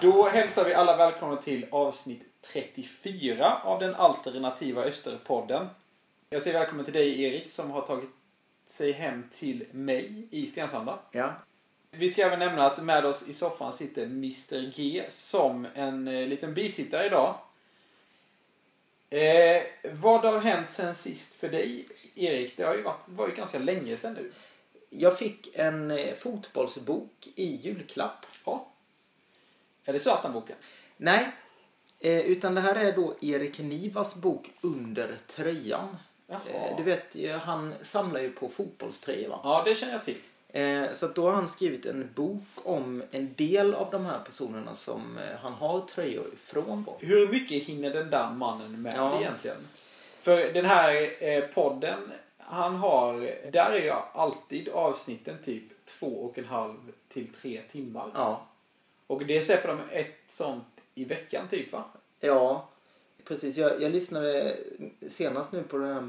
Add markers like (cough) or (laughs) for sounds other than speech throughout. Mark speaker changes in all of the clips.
Speaker 1: Då hälsar vi alla välkomna till avsnitt 34 av den alternativa Österpodden. Jag säger välkommen till dig Erik som har tagit sig hem till mig i Stensanda.
Speaker 2: Ja.
Speaker 1: Vi ska även nämna att med oss i soffan sitter Mr G som en eh, liten bisittare idag. Eh, vad har hänt sen sist för dig Erik? Det har ju varit, var ju ganska länge sedan nu.
Speaker 2: Jag fick en eh, fotbollsbok i julklapp.
Speaker 1: Ja. Är det Zlatan-boken?
Speaker 2: Nej, eh, utan det här är då Erik Nivas bok Under tröjan.
Speaker 1: Jaha.
Speaker 2: Eh, Du vet, eh, han samlar ju på fotbollströjor va?
Speaker 1: Ja, det känner jag till.
Speaker 2: Eh, Så att då har han skrivit en bok om en del av de här personerna som eh, han har tröjor ifrån. Då.
Speaker 1: Hur mycket hinner den där mannen med
Speaker 2: Ja.
Speaker 1: egentligen? För den här eh, podden han har, där är ju alltid avsnitten typ två och en halv till tre timmar.
Speaker 2: Ja,
Speaker 1: Och det släpper de ett sånt i veckan typ va?
Speaker 2: Ja, precis. Jag, jag lyssnade senast nu på det här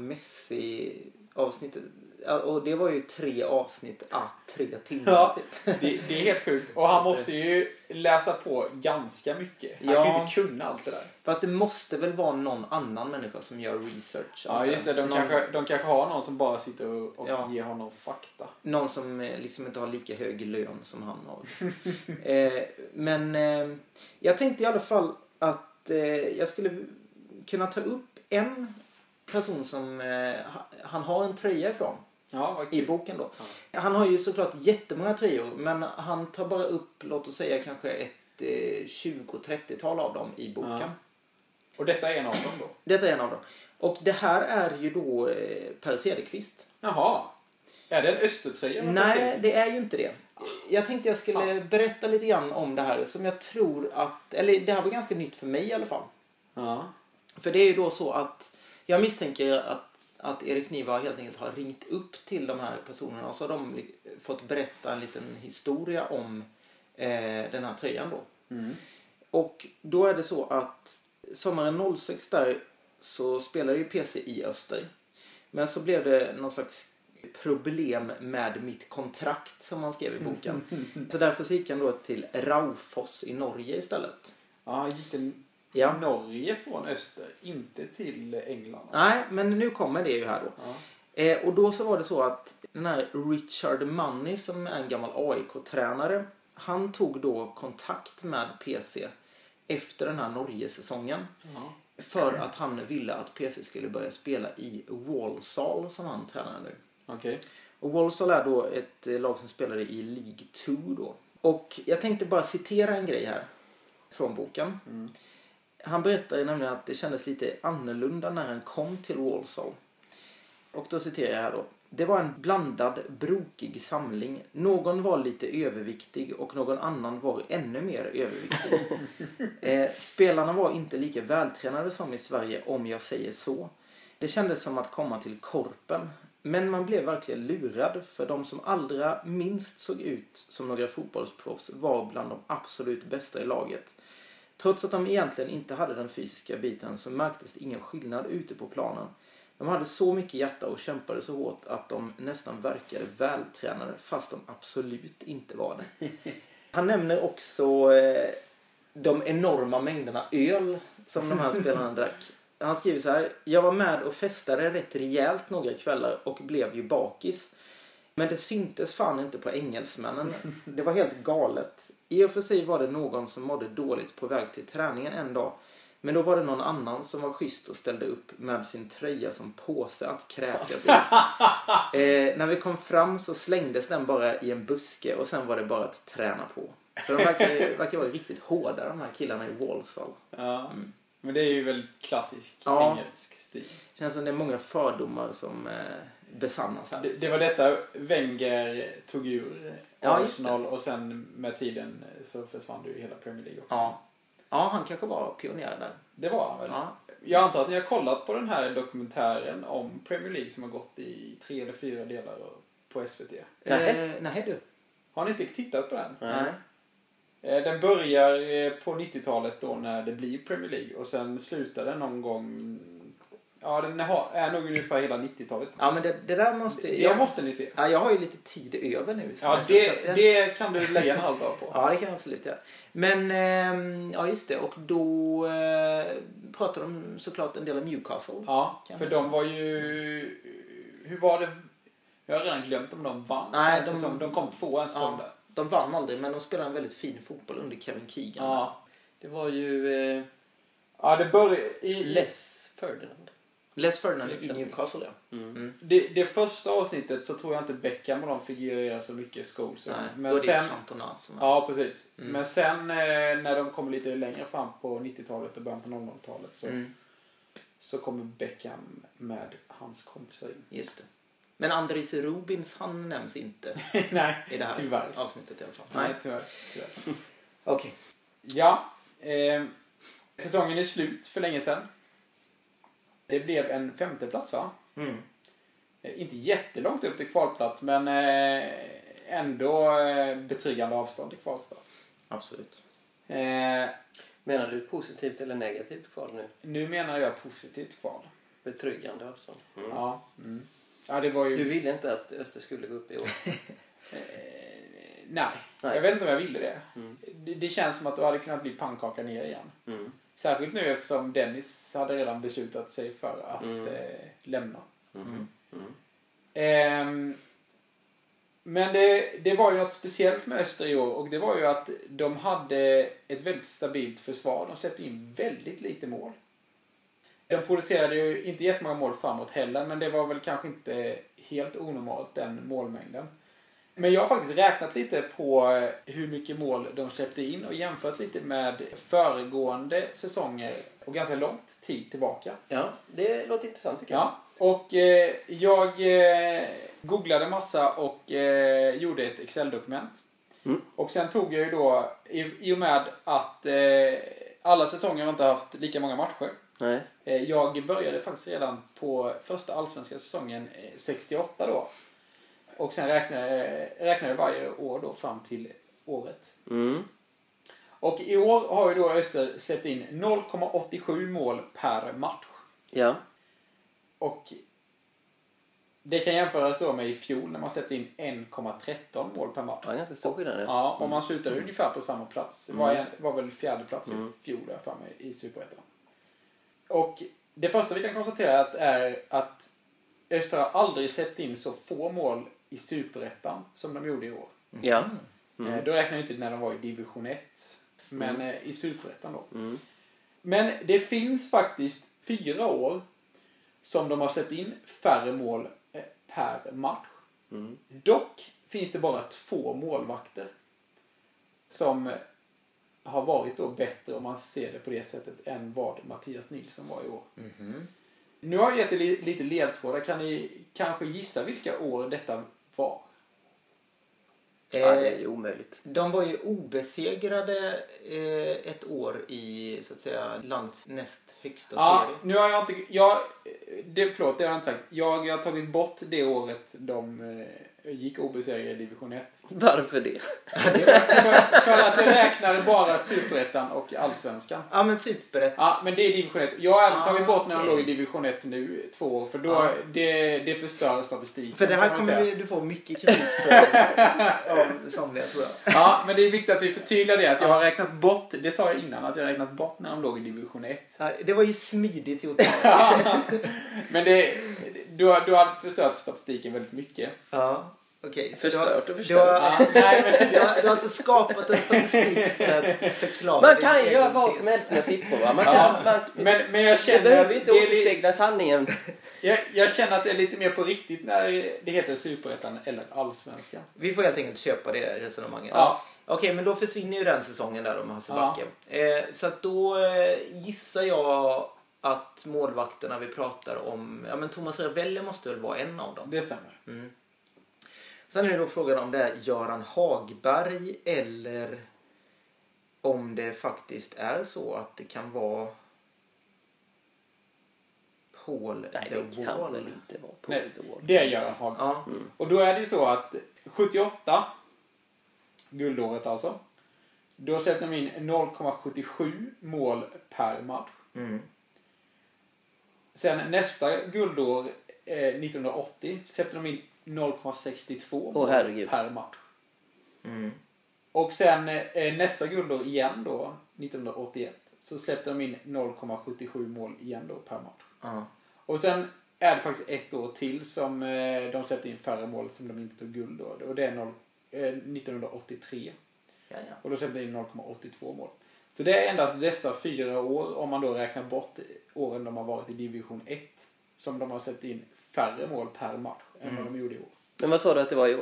Speaker 2: Messi-avsnittet. Ja, Och det var ju tre avsnitt ah, tre timmar
Speaker 1: Ja,
Speaker 2: typ.
Speaker 1: det, det är helt sjukt. Och han måste ju läsa på ganska mycket. Han
Speaker 2: Ja.
Speaker 1: kan ju inte kunna allt det där.
Speaker 2: Fast det måste väl vara någon annan människa som gör research?
Speaker 1: Ja,
Speaker 2: antar jag.
Speaker 1: just det. De,
Speaker 2: någon,
Speaker 1: kanske, de kanske har någon som bara sitter och, och
Speaker 2: Ja.
Speaker 1: ger honom fakta.
Speaker 2: någon som eh, liksom inte har lika hög lön som han har. (laughs) eh, men eh, jag tänkte i alla fall att eh, jag skulle kunna ta upp en person som eh, ha- han har en tröja ifrån.
Speaker 1: Ja, vad
Speaker 2: i
Speaker 1: kul.
Speaker 2: boken då. Han har ju såklart jättemånga tröjor men han tar bara upp, låt oss säga kanske ett eh, 20-30-tal av dem i boken.
Speaker 1: Ja. Och detta är en av dem då?
Speaker 2: Detta är en av dem. Och det här är ju då eh, Per Cederqvist.
Speaker 1: Jaha. Är det en östertröja? man får
Speaker 2: Nej,
Speaker 1: se?
Speaker 2: det är ju inte det. Jag tänkte jag skulle berätta lite grann om det här som jag tror att, eller det här var ganska nytt för mig i alla fall.
Speaker 1: Ja.
Speaker 2: För det är ju då så att jag misstänker att, att Erik Niva helt enkelt har ringt upp till de här personerna och så har de li- fått berätta en liten historia om eh, den här tröjan då.
Speaker 1: Mm.
Speaker 2: Och då är det så att sommaren 06 där så spelade ju PC i Öster. Men så blev det någon slags problem med mitt kontrakt som han skrev i boken. Så därför så gick han då till Raufoss i Norge istället.
Speaker 1: Ja, han gick till
Speaker 2: Ja.
Speaker 1: Norge från öster, inte till England.
Speaker 2: Nej, men nu kommer det ju här då.
Speaker 1: Ja.
Speaker 2: Eh, och då så var det så att den här Richard Money som är en gammal AIK-tränare. Han tog då kontakt med PC efter den här Norge-säsongen.
Speaker 1: Ja.
Speaker 2: För att han ville att PC skulle börja spela i Walsall som han tränar nu.
Speaker 1: Okej.
Speaker 2: Och Walsall är då ett eh, lag som spelade i League 2 då. Och jag tänkte bara citera en grej här från boken. Han berättar ju nämligen att det kändes lite annorlunda när han kom till Walsall. Och då citerar jag här då. Det var en blandad, brokig samling. Någon var lite överviktig och någon annan var ännu mer överviktig. eh, spelarna var inte lika vältränade som i Sverige, om jag säger så. Det kändes som att komma till korpen. Men man blev verkligen lurad för de som allra minst såg ut som några fotbollsproffs var bland de absolut bästa i laget. Trots att de egentligen inte hade den fysiska biten så märktes det ingen skillnad ute på planen. De hade så mycket hjärta och kämpade så hårt att de nästan verkade vältränade fast de absolut inte var det. Han nämner också eh, de enorma mängderna öl som de här spelarna drack. Han skriver så här. Jag var med och festade rätt rejält några kvällar och blev ju bakis. Men det syntes fan inte på engelsmännen. Det var helt galet. I och för sig var det någon som mådde dåligt på väg till träningen en dag. Men då var det någon annan som var schysst och ställde upp med sin tröja som påse att kräkas i. Eh, när vi kom fram så slängdes den bara i en buske och sen var det bara att träna på. Så de verkar, verkar vara riktigt hårda de här killarna i Walsall.
Speaker 1: Ja. Men det är ju väldigt klassisk
Speaker 2: Ja.
Speaker 1: engelsk stil.
Speaker 2: Känns som det är många fördomar som eh, besannas här.
Speaker 1: Det, det var detta Wenger tog ur
Speaker 2: Ja, just
Speaker 1: Arsenal och sen med tiden så försvann du i hela Premier League också.
Speaker 2: Ja. ja, han kanske var pionjär där.
Speaker 1: Det var han väl?
Speaker 2: Ja.
Speaker 1: Jag antar att ni har kollat på den här dokumentären om Premier League som har gått i tre eller fyra delar på SVT.
Speaker 2: Eh, nej du.
Speaker 1: Har ni inte tittat på den?
Speaker 2: Nej.
Speaker 1: Eh, Den börjar eh, på 90-talet då när det blir Premier League och sen slutar den någon gång Ja, den har, är nog ungefär hela 90-talet.
Speaker 2: Ja, men det, det där måste...
Speaker 1: Jag måste ni se.
Speaker 2: ja, jag har ju lite tid över nu. så
Speaker 1: Ja,
Speaker 2: jag känner att
Speaker 1: det, det kan du lägga en halv dag på.
Speaker 2: Ja, det kan jag absolut göra. Men, ehm, ja just det. Och då eh, pratar de såklart en del om Newcastle.
Speaker 1: Ja,
Speaker 2: Kan
Speaker 1: för
Speaker 2: vi-
Speaker 1: de var ju... Hur var det? Jag har redan glömt om de vann.
Speaker 2: Nej,
Speaker 1: de,
Speaker 2: de-
Speaker 1: säsong. de kom två en säsong där.
Speaker 2: De vann aldrig, men de spelade en väldigt fin fotboll under Kevin Keegan.
Speaker 1: Ja.
Speaker 2: Det var ju eh,
Speaker 1: Ja, det började... I,
Speaker 2: Les Ferdinand. Les Ferdinand
Speaker 1: Till
Speaker 2: i
Speaker 1: exempel.
Speaker 2: Newcastle, ja.
Speaker 1: det, det första avsnittet så tror jag inte Beckham och de figurerar så mycket i Scholes.
Speaker 2: Nej,
Speaker 1: Men
Speaker 2: då är
Speaker 1: sen...
Speaker 2: det Cantona som är...
Speaker 1: Ja, precis.
Speaker 2: Mm.
Speaker 1: Men sen eh, när de kommer lite längre fram på 90-talet och början på 00-talet så,
Speaker 2: Mm,
Speaker 1: så kommer Beckham med hans kompisar in. (laughs)
Speaker 2: just det. Men Andris Rubins, han nämns inte
Speaker 1: Nej,
Speaker 2: i det här
Speaker 1: (laughs) Tyvärr.
Speaker 2: avsnittet i alla fall.
Speaker 1: nej tyvärr. tyvärr.
Speaker 2: Okej.
Speaker 1: Ja. Eh, säsongen är slut för länge sedan. Det blev en femteplats va?
Speaker 3: Mm.
Speaker 1: Eh, inte jättelångt upp till kvalplats men eh, ändå eh, betryggande avstånd till kvalplats.
Speaker 2: Absolut.
Speaker 1: Eh,
Speaker 3: Menar du positivt eller negativt kvar nu?
Speaker 1: nu menar jag positivt kval.
Speaker 3: Betryggande avstånd.
Speaker 1: Ja. Mm. Ja, det var ju...
Speaker 3: Du ville inte att Öster skulle gå upp i år?
Speaker 1: Eh, nej.
Speaker 3: Nej.
Speaker 1: jag vet inte om jag ville det.
Speaker 3: Mm.
Speaker 1: det. Det känns som att du hade kunnat bli pannkaka ner igen.
Speaker 3: Mm.
Speaker 1: Särskilt nu eftersom Dennis hade redan beslutat sig för att
Speaker 3: Mm.
Speaker 1: eh, lämna.
Speaker 3: Mm. Mm.
Speaker 1: Ehm, men det, det var ju något speciellt med Öster i år och det var ju att de hade ett väldigt stabilt försvar. De släppte in väldigt lite mål. De producerade ju inte jättemånga mål framåt heller men det var väl kanske inte helt onormalt den målmängden. Men jag har faktiskt räknat lite på eh, hur mycket mål de släppte in och jämfört lite med föregående säsonger och ganska långt tid tillbaka.
Speaker 3: Ja, det låter intressant tycker
Speaker 1: Ja, och eh, jag eh, googlade massa och eh, gjorde ett Excel-dokument.
Speaker 3: Mm.
Speaker 1: Och sen tog jag ju då, i, i och med att eh, alla säsonger har inte haft lika många matcher.
Speaker 3: jag. Nej.
Speaker 1: Eh, jag började faktiskt redan på första allsvenska säsongen eh, 68 då. Och sen räknade, eh, räknade jag varje år då fram till året.
Speaker 3: Mm.
Speaker 1: Och i år har ju då Öster släppt in 0,87 mål per match.
Speaker 3: Ja.
Speaker 1: Och det kan jämföras då med i fjol när man släppte in 1,13 mål per match.
Speaker 3: Ja, ganska stor skillnad.
Speaker 1: Ja, och man slutade ungefär på samma plats. Det var, en, var väl fjärde plats
Speaker 3: Mm.
Speaker 1: i fjol där framme i Superettan. Och det första vi kan konstatera att är att Östra har aldrig släppt in så få mål i Superettan som de gjorde i år.
Speaker 3: Ja. Mm.
Speaker 1: Eh, Då räknar jag inte när de var i Division 1. Men eh, i Superettan då.
Speaker 3: Mm.
Speaker 1: Men det finns faktiskt fyra år som de har släppt in färre mål eh, per match.
Speaker 3: Mm.
Speaker 1: Dock finns det bara två målvakter som eh, har varit då bättre om man ser det på det sättet än vad Mattias Nilsson var i år.
Speaker 2: Mhm.
Speaker 1: Nu har jag gett er li- lite ledtrådar. Kan ni kanske gissa vilka år detta var?
Speaker 3: Ja, det
Speaker 2: Eh,
Speaker 3: är ju omöjligt.
Speaker 2: De var ju obesegrade eh, ett år i så att säga landets näst högsta
Speaker 1: Ja,
Speaker 2: serie.
Speaker 1: nu har jag inte... Jag, eh, det, förlåt, det har jag inte sagt. Jag, jag har tagit bort det året de eh, gick obesegrade i division 1.
Speaker 3: (laughs) Varför det?
Speaker 1: för, för att jag räknar bara Superettan och Allsvenskan.
Speaker 2: Ja men superettan.
Speaker 1: Ja, men det är division 1. Jag har även
Speaker 2: Ah,
Speaker 1: tagit bort när de
Speaker 2: okej.
Speaker 1: låg i division 1 nu, två år, för då,
Speaker 2: Ah.
Speaker 1: det, det förstör statistiken.
Speaker 2: För det
Speaker 1: kan
Speaker 2: här
Speaker 1: man
Speaker 2: kommer
Speaker 1: säga.
Speaker 2: vi, du få mycket kritik för (laughs) av somliga tror jag.
Speaker 1: Ja, men det är viktigt att vi förtydligar det,
Speaker 2: Ah.
Speaker 1: att jag har räknat bort, det sa jag innan, att jag har räknat bort när de låg i division 1.
Speaker 2: Så här, Det var ju smidigt gjort.
Speaker 1: Men det, du, har, du har förstört statistiken väldigt mycket.
Speaker 2: Ja. Okej. så
Speaker 3: Förstört
Speaker 2: du har-
Speaker 3: och förstört.
Speaker 2: Du har,
Speaker 1: Ja,
Speaker 2: alltså,
Speaker 1: nej,
Speaker 2: (laughs)
Speaker 1: men-
Speaker 2: du, har, du har alltså skapat en statistik för att förklara.
Speaker 3: Man
Speaker 2: din
Speaker 3: kan ju
Speaker 2: egen
Speaker 3: göra vad
Speaker 2: tes.
Speaker 3: som helst med siffror. Va? Man kan,
Speaker 1: Ja.
Speaker 3: man,
Speaker 1: Men, men jag
Speaker 3: det
Speaker 1: känner,
Speaker 3: behöver
Speaker 1: att
Speaker 3: inte
Speaker 1: det är li, (laughs)
Speaker 3: återspegla sanningen.
Speaker 1: jag, jag känner att det är lite mer på riktigt när det heter Superettan eller Allsvenskan.
Speaker 2: Vi får helt enkelt köpa det resonemanget.
Speaker 1: Ja.
Speaker 2: Okej, men då försvinner ju den säsongen där om Hasselbacke. Eh, så att då eh, gissar jag att målvakterna vi pratar om, ja men Thomas Ravelli måste väl vara en av dem.
Speaker 1: Det stämmer.
Speaker 2: Mm. Sen är det då frågan om det är Göran Hagberg eller om det faktiskt är så att det kan vara Paul
Speaker 3: Nej,
Speaker 2: the
Speaker 3: det kan
Speaker 2: Wall.
Speaker 3: väl inte Mm. vara på
Speaker 1: Nej,
Speaker 3: ett år.
Speaker 1: det gör han.
Speaker 2: Ja.
Speaker 1: Och då är det ju så att 78, guldåret alltså, då släppte de in 0,77 mål per match.
Speaker 2: Mm.
Speaker 1: Sen nästa guldår, eh, 1980, släppte de in 0,62
Speaker 3: Åh, herregud.
Speaker 1: per match.
Speaker 2: Mm.
Speaker 1: Och sen eh, nästa guldår igen då, 1981, så släppte de in 0,77 mål igen då per match.
Speaker 2: Ja.
Speaker 1: Och sen är det faktiskt ett år till som eh, de släppte in färre mål som de inte tog guld då. Och det är noll, eh, 1983.
Speaker 2: Ja, ja.
Speaker 1: Och då släppte de in 0,82 mål. Så det är endast dessa fyra år, om man då räknar bort åren de har varit i division 1, som de har släppt in färre mål per match än vad de gjorde i år.
Speaker 3: Men vad sa du att det var i år?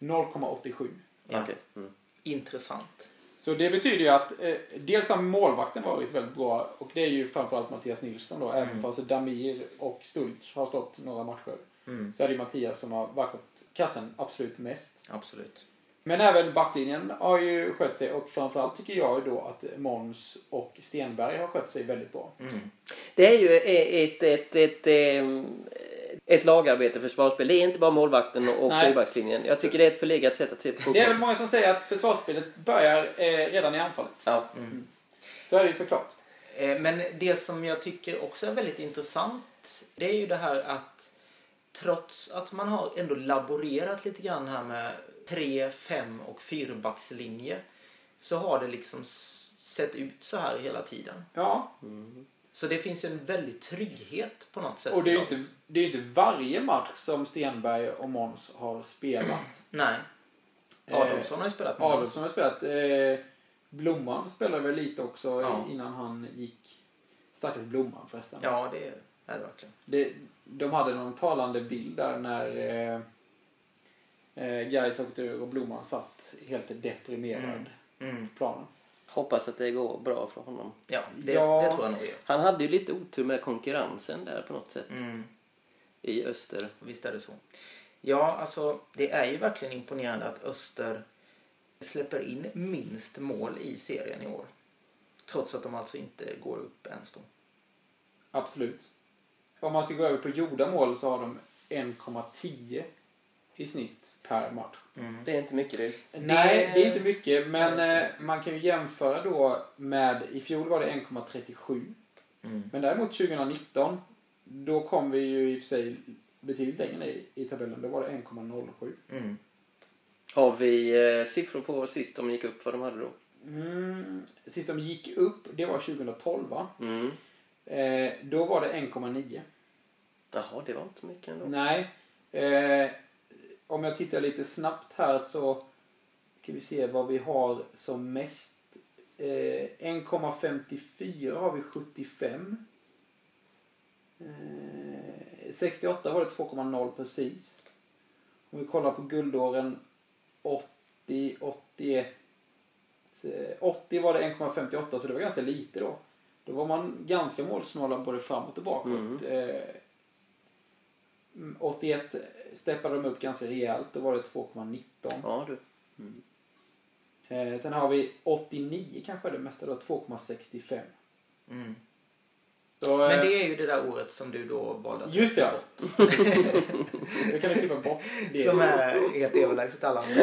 Speaker 1: 0,87.
Speaker 2: Ja.
Speaker 3: Okej. Mm.
Speaker 2: Intressant.
Speaker 1: Så det betyder ju att eh, dels har målvakten varit väldigt bra och det är ju framförallt Mattias Nilsson då. Även fast Damir och Stultz har stått några matcher
Speaker 2: Mm.
Speaker 1: så är det ju Mattias som har vaktat kassen absolut mest.
Speaker 2: Absolut.
Speaker 1: Men även backlinjen har ju skött sig och framförallt tycker jag ju då att Måns och Stenberg har skött sig väldigt bra.
Speaker 2: Mm.
Speaker 3: Det är ju ett, ett, ett, ehm, ett lagarbete, försvarsspel. Det är inte bara målvakten och och
Speaker 1: Nej.
Speaker 3: fyrbackslinjen. Jag tycker det är ett förlegat sätt att se på fotboll.
Speaker 1: Det är väl många som säger att försvarsspelet börjar eh, redan i anfallet.
Speaker 3: Ja. Mm.
Speaker 1: Så är det ju såklart.
Speaker 2: Eh, Men det som jag tycker också är väldigt intressant det är ju det här att trots att man har ändå laborerat lite grann här med 3, 5 och 4-backslinje så har det liksom s- sett ut så här hela tiden.
Speaker 1: Ja,
Speaker 2: Så det finns ju en väldigt trygghet på något sätt.
Speaker 1: och det är ju
Speaker 2: i laget.
Speaker 1: inte, det är ju inte varje match som Stenberg och Måns har (clears throat) spelat.
Speaker 2: Nej.
Speaker 1: Eh,
Speaker 2: Adolfsson har ju spelat med dem.
Speaker 1: Adolfsson har spelat. Eh, Blomman spelade väl lite också
Speaker 2: Ja.
Speaker 1: innan han gick. Stackars Blomman förresten.
Speaker 2: Ja, det är är det verkligen.
Speaker 1: Det, de hade någon talande bild där när eh, eh, Gais åkte ur och Blomman satt helt deprimerad
Speaker 2: Mm. Mm.
Speaker 1: på planen.
Speaker 3: Hoppas att det går bra för honom.
Speaker 2: Ja, det,
Speaker 1: Ja.
Speaker 2: det tror jag nog är.
Speaker 3: Han hade ju lite otur med konkurrensen där på något sätt.
Speaker 2: Mm.
Speaker 3: I öster.
Speaker 2: Visst är det så. Ja, alltså det är ju verkligen imponerande att Öster släpper in minst mål i serien i år. Trots att de alltså inte går upp ens då.
Speaker 1: Absolut. Om man ska gå över på gjorda mål så har de 1,10 i snitt per match.
Speaker 3: Det är inte mycket det.
Speaker 1: Nej, det är inte mycket. Men eh, man kan ju jämföra då med, i fjol var det 1,37.
Speaker 2: Mm.
Speaker 1: Men däremot 2019, då kom vi ju i och för sig betydligt längre ner i- i tabellen. Då var det 1,07.
Speaker 2: Mm.
Speaker 3: Har vi eh, siffror på sist de gick upp, vad de hade då?
Speaker 1: Mm. Sist de gick upp, det var 2012 va?
Speaker 3: Mm.
Speaker 1: Eh, då var det 1,9.
Speaker 3: Jaha, det var inte så mycket ändå.
Speaker 1: Nej. Eh, om jag tittar lite snabbt här så ska vi se vad vi har som mest. Eh, 1,54 har vi 75. Eh, 68 var det 2,0 precis. Om vi kollar på guldåren 80, 81. eh, 80 var det 1,58 så det var ganska lite då. Då var man ganska målsnåla både framåt och bakåt. Eh, Mm, 81 steppade de upp ganska rejält. Då var det 2,19.
Speaker 3: Ja, du.
Speaker 1: Eh, sen har vi 89 kanske är det mesta då. 2,65.
Speaker 2: Mm.
Speaker 1: Så,
Speaker 2: Men
Speaker 1: eh,
Speaker 2: det är ju det där året som du då valde att
Speaker 1: Just det,
Speaker 2: (laughs) ta
Speaker 1: ja.
Speaker 2: bort.
Speaker 1: Då kan vi klippa bort det.
Speaker 2: Som är helt överlägset alla andra.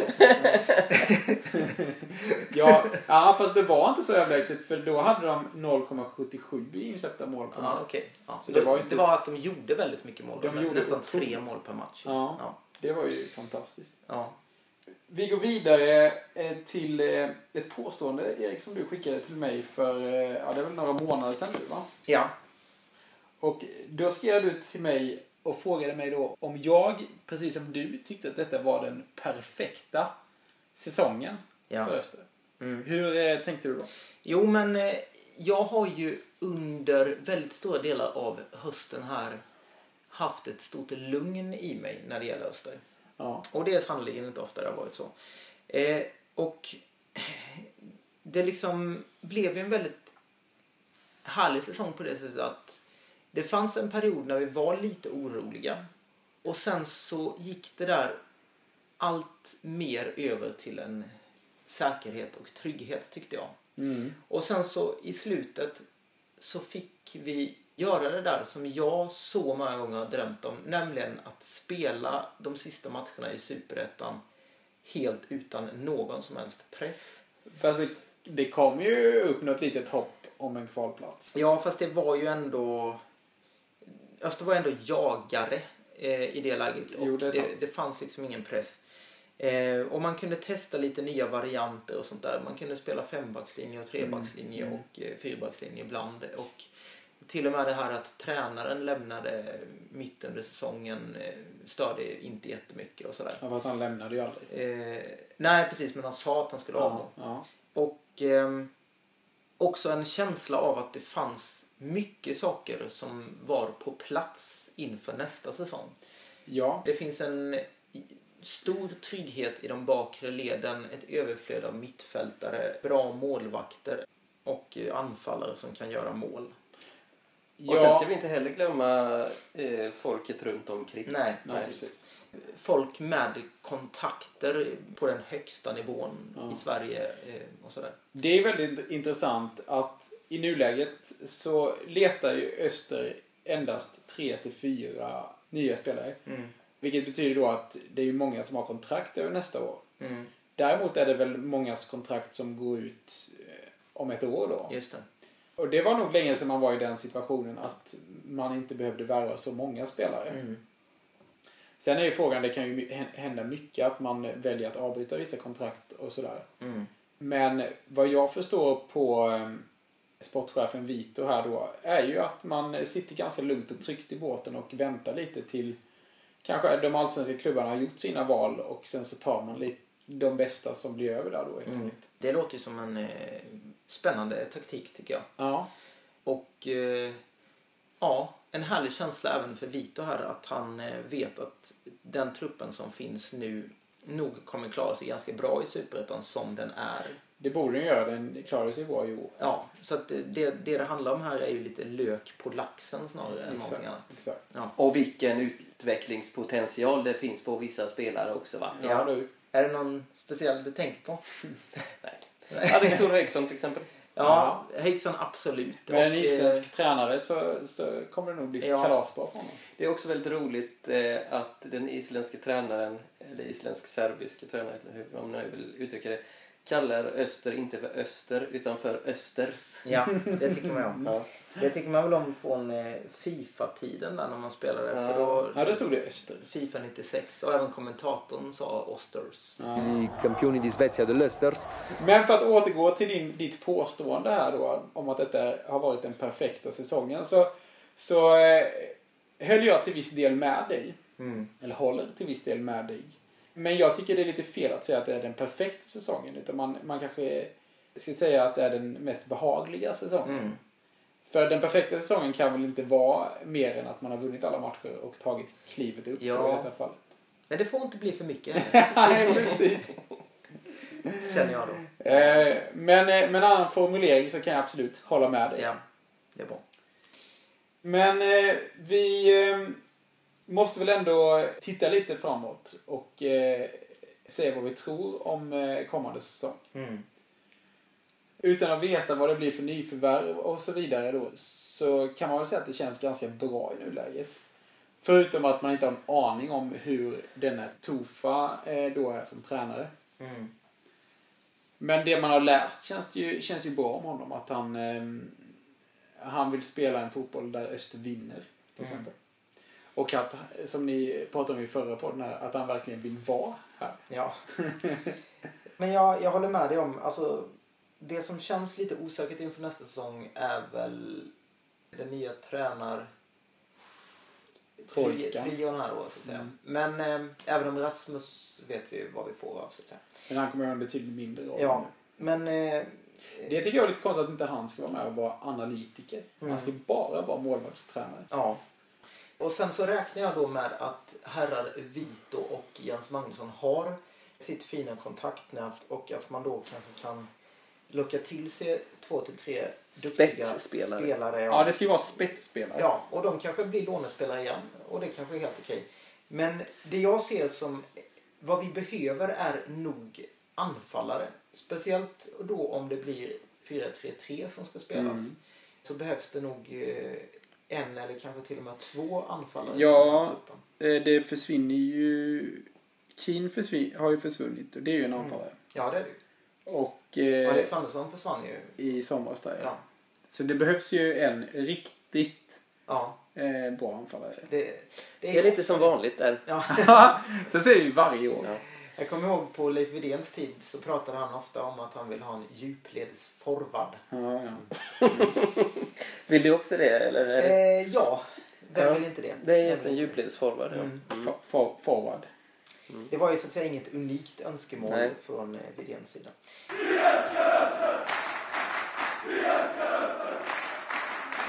Speaker 1: ja, ja, fast det var inte så överlägset. För då hade de 0,77 i insläppta mål per
Speaker 2: Ja,
Speaker 1: match.
Speaker 2: okej. Ja.
Speaker 1: Så det var ju
Speaker 2: det
Speaker 1: inte-
Speaker 2: var att de gjorde väldigt mycket mål.
Speaker 1: De
Speaker 2: De
Speaker 1: gjorde
Speaker 2: gjorde nästan
Speaker 1: otroligt.
Speaker 2: tre mål per match.
Speaker 1: Ja.
Speaker 2: Ja.
Speaker 1: Det var ju fantastiskt.
Speaker 2: ja.
Speaker 1: Vi går vidare eh, till eh, ett påstående, Erik, som du skickade till mig för eh, ja, det är väl några månader sedan nu, va?
Speaker 2: ja.
Speaker 1: Och då skrev du till mig och frågade mig då om jag, precis som du, tyckte att detta var den perfekta säsongen
Speaker 2: Ja.
Speaker 1: för Öster.
Speaker 2: Mm.
Speaker 1: Hur eh, tänkte du då?
Speaker 2: Jo, men eh, jag har ju under väldigt stora delar av hösten här haft ett stort lugn i mig när det gäller Öster.
Speaker 1: Ja.
Speaker 2: Och det är sannerligen inte ofta det har varit så. Eh, och (sniffs) det liksom blev ju en väldigt härlig säsong på det sättet att det fanns en period när vi var lite oroliga och sen så gick det där allt mer över till en säkerhet och trygghet tyckte jag. Och sen så i slutet så fick vi göra det där som jag så många gånger har drömt om. Nämligen att spela de sista matcherna i Superettan helt utan någon som helst press.
Speaker 1: Fast det, det kom ju upp något litet hopp om en kvalplats.
Speaker 2: Ja, fast det var ju ändå... Öster var ändå jagare eh, i det läget och
Speaker 1: Jo, det är
Speaker 2: det,
Speaker 1: sant.
Speaker 2: det, fanns liksom ingen press. Eh, och man kunde testa lite nya varianter och sånt där. Man kunde spela fembackslinje och trebackslinje
Speaker 1: Mm,
Speaker 2: och eh, fyrbackslinje ibland. Och till och med det här att tränaren lämnade mitt under säsongen eh, störde inte jättemycket och sådär.
Speaker 1: Ja, fast han lämnade ju aldrig.
Speaker 2: Eh, nej, precis, men han sa att han skulle avgå.
Speaker 1: Ja, ja.
Speaker 2: Och ehm, också en känsla av att det fanns mycket saker som var på plats inför nästa säsong.
Speaker 1: ja.
Speaker 2: Det finns en i- stor trygghet i de bakre leden, ett överflöd av mittfältare, bra målvakter och eh, anfallare som kan göra mål.
Speaker 3: Och sen
Speaker 1: ja.
Speaker 3: ska vi inte heller glömma eh, folket runt omkring.
Speaker 2: Nej,
Speaker 1: Nej,
Speaker 2: precis.
Speaker 1: precis.
Speaker 2: Folk med kontakter på den högsta nivån
Speaker 1: Ja.
Speaker 2: i Sverige eh, och sådär.
Speaker 1: Det är väldigt intressant att i nuläget så letar ju Öster endast tre till fyra nya spelare.
Speaker 2: Mm.
Speaker 1: Vilket betyder då att det är ju många som har kontrakt över nästa år.
Speaker 2: Mm.
Speaker 1: Däremot är det väl mångas kontrakt som går ut eh, om ett år då.
Speaker 2: Just det.
Speaker 1: Och det var nog länge sedan man var i den situationen att man inte behövde värva så många spelare.
Speaker 2: Mm.
Speaker 1: Sen är ju frågan, det kan ju my- hän- hända mycket att man väljer att avbryta vissa kontrakt och sådär.
Speaker 2: Mm.
Speaker 1: Men vad jag förstår på eh, sportchefen Vito här då är ju att man sitter ganska lugnt och tryggt i båten och väntar lite till kanske de allsvenska klubbarna har gjort sina val och sen så tar man lite de bästa som blir över där då helt
Speaker 2: Mm.
Speaker 1: enkelt.
Speaker 2: Det låter ju som en eh, spännande taktik tycker jag.
Speaker 1: Ja.
Speaker 2: Och eh, ja, en härlig känsla även för Vito här att han eh, vet att den truppen som finns nu nog kommer klara sig ganska bra i Superettan som den är.
Speaker 1: Det borde den göra, den klarade sig bra i år.
Speaker 2: Ja, så att eh, det, det det handlar om här är ju lite lök på laxen snarare än
Speaker 1: exakt,
Speaker 2: någonting annat.
Speaker 1: exakt.
Speaker 2: Ja.
Speaker 3: Och vilken utvecklingspotential det finns på vissa spelare också va?
Speaker 1: Ja,
Speaker 2: Ja.
Speaker 1: du.
Speaker 2: Är det någon speciell du tänker på?
Speaker 3: Nej. Alexander Högson till exempel.
Speaker 2: Ja, Högson absolut.
Speaker 1: Med en
Speaker 2: Och, eh,
Speaker 1: isländsk tränare så, så kommer det nog bli
Speaker 2: Ja.
Speaker 1: kalasbra för honom.
Speaker 3: Det är också väldigt roligt eh, att den isländske tränaren, eller isländsk-serbiske tränaren, eller hur man nu vill uttrycka det, kallar Öster inte för Öster utan för Östers.
Speaker 2: Ja, det tycker man om.
Speaker 3: Ja.
Speaker 2: Det tycker man väl om från eh, Fifa-tiden där när man spelade.
Speaker 3: Ja.
Speaker 2: För då,
Speaker 1: Ja, då stod det Öster.
Speaker 2: Fifa 96 och även kommentatorn sa Osters.
Speaker 1: Ja.
Speaker 4: I campioni di Svezia dell'Östers
Speaker 1: Men för att återgå till din, ditt påstående här då om att detta har varit den perfekta säsongen så, så eh, höll jag till viss del med dig. Eller håller till viss del med dig. Men jag tycker det är lite fel att säga att det är den perfekta säsongen. Utan man, man kanske ska säga att det är den mest behagliga säsongen.
Speaker 2: Mm.
Speaker 1: För den perfekta säsongen kan väl inte vara mer än att man har vunnit alla matcher och tagit klivet upp
Speaker 2: Ja.
Speaker 1: då i detta
Speaker 2: (laughs)
Speaker 1: fallet.
Speaker 2: Men det får inte bli för
Speaker 1: (laughs)
Speaker 2: mycket heller,
Speaker 1: Nej, precis.
Speaker 2: känner jag då.
Speaker 1: Eh, Men eh, med en annan formulering så kan jag absolut hålla med dig.
Speaker 2: Ja, det är bra.
Speaker 1: Men eh, vi eh, måste väl ändå titta lite framåt och eh, se vad vi tror om eh, kommande säsong.
Speaker 2: Mm.
Speaker 1: Utan att veta vad det blir för nyförvärv och så vidare då så kan man väl säga att det känns ganska bra i nuläget. Förutom att man inte har en aning om hur denna Tofa eh, då är som tränare.
Speaker 2: Mm.
Speaker 1: Men det man har läst känns, det ju, känns ju bra om honom. Att han, ehm, han vill spela en fotboll där Öster vinner. Till
Speaker 2: Mm.
Speaker 1: exempel. Och att, som ni pratade om i förra podden här, att han verkligen vill vara här.
Speaker 2: Ja. (laughs) Men jag, jag håller med dig om, alltså det som känns lite osäkert inför nästa säsong är väl den nya tränar... tri-
Speaker 1: Trojkan.
Speaker 2: Trion här då, så att säga.
Speaker 1: Mm.
Speaker 2: Men eh, även om Rasmus vet vi ju vad vi får av, så att säga.
Speaker 1: Men han kommer göra en betydligt mindre roll.
Speaker 2: Ja, men... Eh,
Speaker 1: Det tycker jag är lite konstigt att inte han ska vara med och vara analytiker.
Speaker 2: Mm.
Speaker 1: Han ska bara vara målvaktstränare.
Speaker 2: Ja. Och sen så räknar jag då med att herrar Vito och Jens Magnusson har sitt fina kontaktnät och att man då kanske kan locka till sig två till tre duktiga
Speaker 3: Spetsspelare.
Speaker 2: spelare.
Speaker 1: Ja, det ska ju vara spetsspelare.
Speaker 2: Ja, och de kanske blir lånespelare igen och det kanske är helt okej. Men det jag ser som vad vi behöver är nog anfallare. Speciellt då om det blir 4-3-3 som ska spelas.
Speaker 1: Mm.
Speaker 2: Så behövs det nog eh, en eller kanske till och med två anfallare. till den här
Speaker 1: Ja,
Speaker 2: truppen.
Speaker 1: eh, det försvinner ju... Keen försvin... har ju försvunnit och det är ju en anfallare.
Speaker 2: ja det är det ju.
Speaker 1: Och eh,
Speaker 2: Alexandersson försvann ju.
Speaker 1: i somras där
Speaker 2: Ja.
Speaker 1: Så det behövs ju en riktigt
Speaker 2: ja.
Speaker 1: Eh, bra anfallare.
Speaker 2: Det,
Speaker 3: Det är lite som vanligt där.
Speaker 2: Ja.
Speaker 1: så ser vi varje år.
Speaker 3: Ja.
Speaker 2: Jag kommer ihåg på Leif Widéns tid så pratade han ofta om att han vill ha en djupledsforward.
Speaker 1: Ja, ja.
Speaker 3: Vill du också det? Eller är det...
Speaker 2: Eh, ja, vem
Speaker 3: Ja.
Speaker 2: vill inte det?
Speaker 3: det är just
Speaker 2: Vem
Speaker 3: en
Speaker 2: vill inte
Speaker 3: djupledsforward. Ja.
Speaker 2: Mm.
Speaker 1: Fa- fa- Forward.
Speaker 2: det? Det var ju så att säga inget unikt önskemål
Speaker 3: Nej.
Speaker 2: från eh, Widéns sida.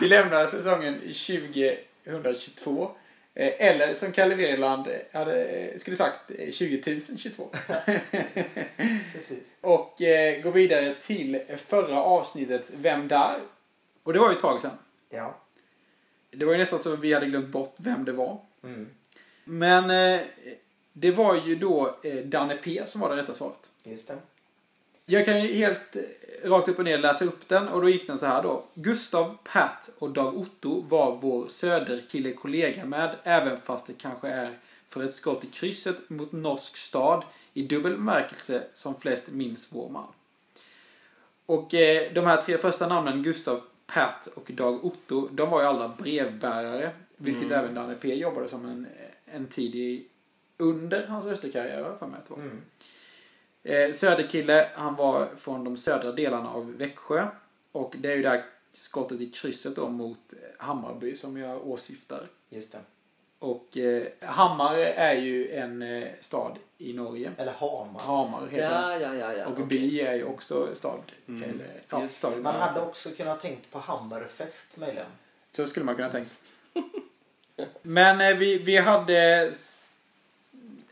Speaker 1: Vi lämnar säsongen 2022. Eh, Eller som Kalle Weland hade, eh, skulle sagt, eh, 20 022.
Speaker 2: Precis.
Speaker 1: Och eh, går vidare till förra avsnittets Vem där? Och det var ju ett tag sedan.
Speaker 2: Ja.
Speaker 1: Det var ju nästan så vi hade glömt bort vem det var.
Speaker 2: Mm.
Speaker 1: Men eh, det var ju då eh, Danne P som var det rätta svaret.
Speaker 2: Just det.
Speaker 1: Jag kan ju helt eh, rakt upp och ner läsa upp den och då gick den så här då. Gustav, Pat och Dag Otto var vår söderkille kollega med även fast det kanske är för ett skott i krysset mot norsk stad i dubbel bemärkelse som flest minns vår man. Och eh, de här tre första namnen Gustav, Pat och Dag Otto de var ju alla brevbärare vilket även Danne P jobbade som en, en tid i under hans österkarriär har jag för mig att det var.
Speaker 2: Mm.
Speaker 1: Eh, Söderkille, han var från de södra delarna av Växjö. Och det är ju där skottet i krysset då mot eh, Hammarby som jag åsyftar.
Speaker 2: Just det.
Speaker 1: Och eh, Hammar är ju en eh, stad i Norge.
Speaker 2: Eller Hamar.
Speaker 1: Hamar heter den.
Speaker 3: Ja, ja, ja. ja.
Speaker 1: Och
Speaker 3: okej.
Speaker 1: by är ju också stad. Eller, ja,
Speaker 3: Just
Speaker 1: stad.
Speaker 2: Mm. Man hade också kunnat tänkt på Hammerfest möjligen.
Speaker 1: Så skulle man kunna tänkt. (laughs) Men eh, vi, vi hade s-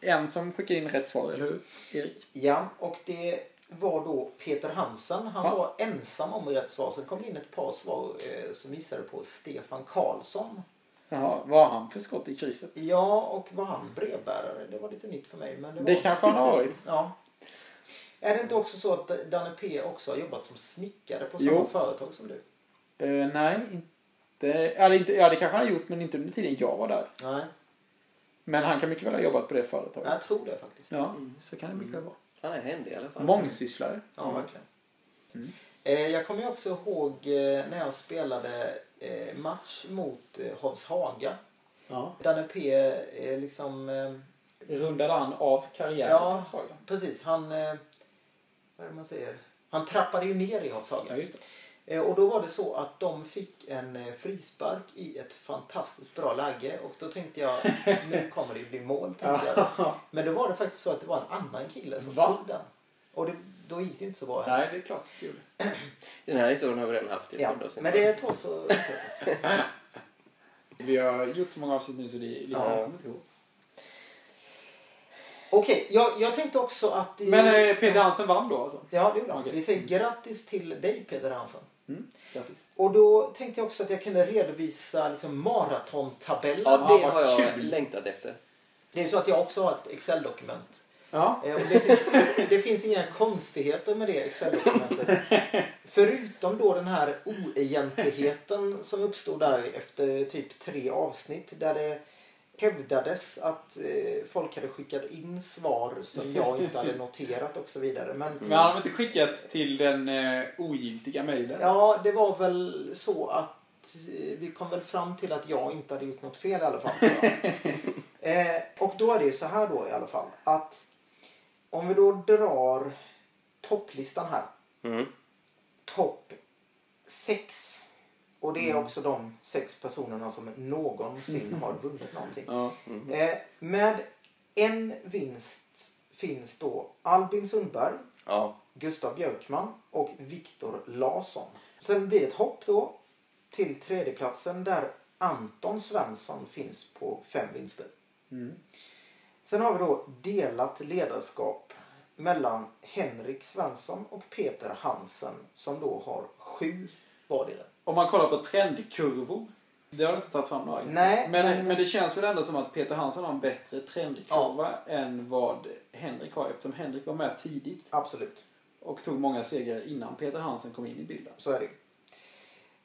Speaker 1: en som skickade in rätt svar, eller hur? Erik?
Speaker 2: Ja, och det var då Peter Hansen. Han
Speaker 1: Ja.
Speaker 2: var ensam om rätt svar. Sen kom det in ett par svar eh, som visade på Stefan Karlsson.
Speaker 1: Jaha, var han för skott i krysset?
Speaker 2: Ja, och var han brevbärare? Det var lite nytt för mig. Men det var...
Speaker 1: Det kanske han har varit.
Speaker 2: Ja. Är det inte också så att Danne P också har jobbat som snickare på samma
Speaker 1: Jo.
Speaker 2: företag som du?
Speaker 1: Eh, nej, inte. Eller inte. Ja, det kanske han har gjort, men inte under tiden jag var där.
Speaker 2: Nej,
Speaker 1: Men han kan mycket väl ha jobbat på det företaget.
Speaker 2: jag tror det faktiskt.
Speaker 1: Ja, så kan det Mm. mycket väl vara.
Speaker 3: Han är händig i alla fall.
Speaker 1: Mångsysslare.
Speaker 2: Ja, verkligen.
Speaker 1: Mm.
Speaker 2: Eh, Jag kommer ju också ihåg eh, när jag spelade eh, match mot eh, Hovshaga.
Speaker 1: Ja.
Speaker 2: Danne P eh, liksom... eh,
Speaker 1: Rundade han av karriären?
Speaker 2: Ja.
Speaker 1: sa jag.
Speaker 2: Precis, han... eh, Vad är det man säger? Han trappade ju ner i Hovshaga.
Speaker 1: Ja, just det.
Speaker 2: Eh, Och då var det så att de fick en eh, frispark i ett fantastiskt bra läge och då tänkte jag
Speaker 1: (laughs)
Speaker 2: nu kommer det bli mål. Tänkte jag. Men då var det faktiskt så att det var en annan kille som
Speaker 1: Va?
Speaker 2: tog den. Och det, då gick det inte så bra.
Speaker 1: Nej, det är klart det gjorde.
Speaker 3: Den här historien har vi redan haft i
Speaker 2: Ja,
Speaker 3: poddavsnitt.
Speaker 2: men det tål så upprepas.
Speaker 1: Vi har gjort så många avsnitt nu så det är liksom...
Speaker 2: Ja.
Speaker 1: kommer inte ihåg.
Speaker 2: Okej, jag, jag tänkte också att... i-
Speaker 1: Men eh, Peter Hansen vann då alltså?
Speaker 2: Ja, det gjorde han.
Speaker 1: Okej.
Speaker 2: Vi säger grattis till dig Peter Hansson.
Speaker 1: Mm. Grattis.
Speaker 2: Och då tänkte jag också att jag kunde redovisa liksom, maratontabellen.
Speaker 3: Ja, det
Speaker 1: Ja,
Speaker 3: har
Speaker 1: vad
Speaker 3: jag
Speaker 1: kul.
Speaker 3: längtat efter.
Speaker 2: Det är så att jag också har ett Excel-dokument.
Speaker 1: Ja.
Speaker 2: Eh, Och det, finns, (laughs) det finns inga konstigheter med det Excel-dokumentet. Förutom då den här oegentligheten som uppstod där efter typ tre avsnitt där det hävdades att eh, folk hade skickat in svar som jag inte hade noterat och så vidare. Men
Speaker 1: Men han har inte skickat till den eh, ogiltiga mejlen?
Speaker 2: ja, det var väl så att eh, vi kom väl fram till att jag inte hade gjort något fel i alla fall. tror jag. eh, och då är det ju så här då i alla fall att om vi då drar topplistan här.
Speaker 3: Mm.
Speaker 2: topp sex. Och det är också de sex personerna som någonsin har vunnit någonting.
Speaker 1: Ja.
Speaker 3: Mm.
Speaker 2: Eh, med en vinst finns då Albin Sundberg,
Speaker 3: Ja.
Speaker 2: Gustav Björkman och Viktor Larsson. Sen blir det ett hopp då till tredjeplatsen där Anton Svensson finns på fem vinster.
Speaker 1: Mm.
Speaker 2: Sen har vi då delat ledarskap mellan Henrik Svensson och Peter Hansen som då har sju vardera.
Speaker 1: Om man kollar på trendkurvor. Det har du inte tagit fram några.
Speaker 2: Nej,
Speaker 1: men,
Speaker 2: men-
Speaker 1: men... det känns väl ändå som att Peter Hansson har en bättre trendkurva än vad Henrik har. Eftersom Henrik var med tidigt
Speaker 2: Absolut,
Speaker 1: och tog många segrar innan Peter Hansen kom in i bilden.
Speaker 2: så är det.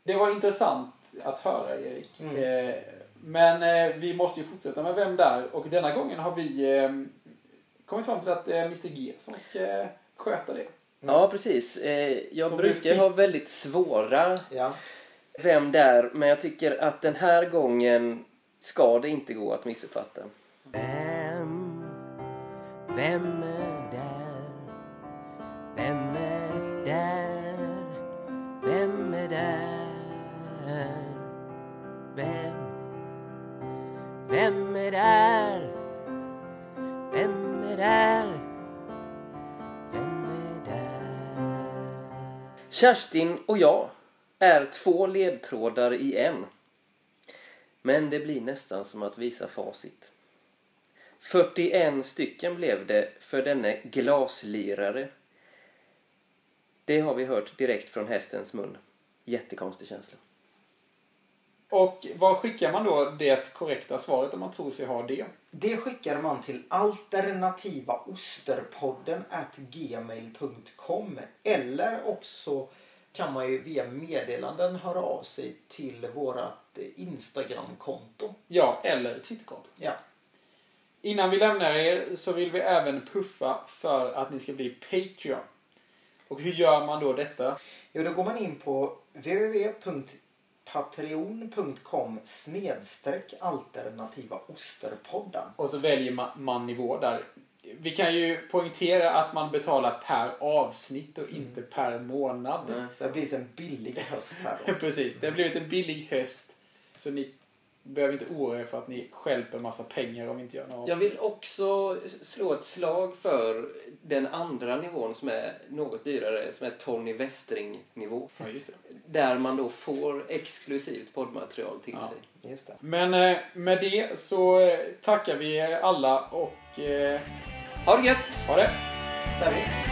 Speaker 1: Det var intressant att höra Erik.
Speaker 2: Mm.
Speaker 1: Eh, Men eh, vi måste ju fortsätta med Vem där? Och denna gången har vi eh, kommit fram till att det är Mr G som ska sköta det.
Speaker 3: ja, precis. Eh, Jag
Speaker 1: Som du
Speaker 3: brukar
Speaker 1: fick-
Speaker 3: ha väldigt svåra
Speaker 2: Ja.
Speaker 3: vem där, men jag tycker att den här gången ska det inte gå att missuppfatta.
Speaker 5: Vem? Vem är där? Vem är där? Vem är där? Vem? Vem är där? Vem är där? Vem är där?
Speaker 3: Kerstin och jag är två ledtrådar i en. Men det blir nästan som att visa facit. 41 stycken blev det för denne glaslirare. Det har vi hört direkt från hästens mun. Jättekonstig känsla.
Speaker 1: Och vad skickar man då det korrekta svaret om man tror sig ha det?
Speaker 2: Det skickar man till alternativaosterpodden at gmail.com eller också kan man ju via meddelanden höra av sig till vårat eh, Instagramkonto.
Speaker 1: Ja, eller Twitterkonto.
Speaker 2: Ja.
Speaker 1: Innan vi lämnar er så vill vi även puffa för att ni ska bli Patreon. Och hur gör man då detta?
Speaker 2: Jo, då går man in på www.patreon.com snedstreck alternativa osterpodden.
Speaker 1: Och så väljer man, man nivå där. Vi kan ju poängtera att man betalar per avsnitt och inte
Speaker 3: Mm.
Speaker 1: per månad.
Speaker 2: Så det har blivit en billig höst här då.
Speaker 1: (laughs) Precis, det har blivit en billig höst. Så ni behöver inte oroa er för att ni stjälper massa pengar om vi inte gör några
Speaker 3: Jag
Speaker 1: avsnitt.
Speaker 3: vill också slå ett slag för den andra nivån som är något dyrare, som är Tony Westring-nivå.
Speaker 1: Ja, just det.
Speaker 3: Där man då får exklusivt poddmaterial till
Speaker 1: Ja.
Speaker 3: sig.
Speaker 2: Just det.
Speaker 1: Men eh, med det så eh, tackar vi er alla och eh,
Speaker 3: Ha det gött!
Speaker 1: ha det!
Speaker 2: Så här är det.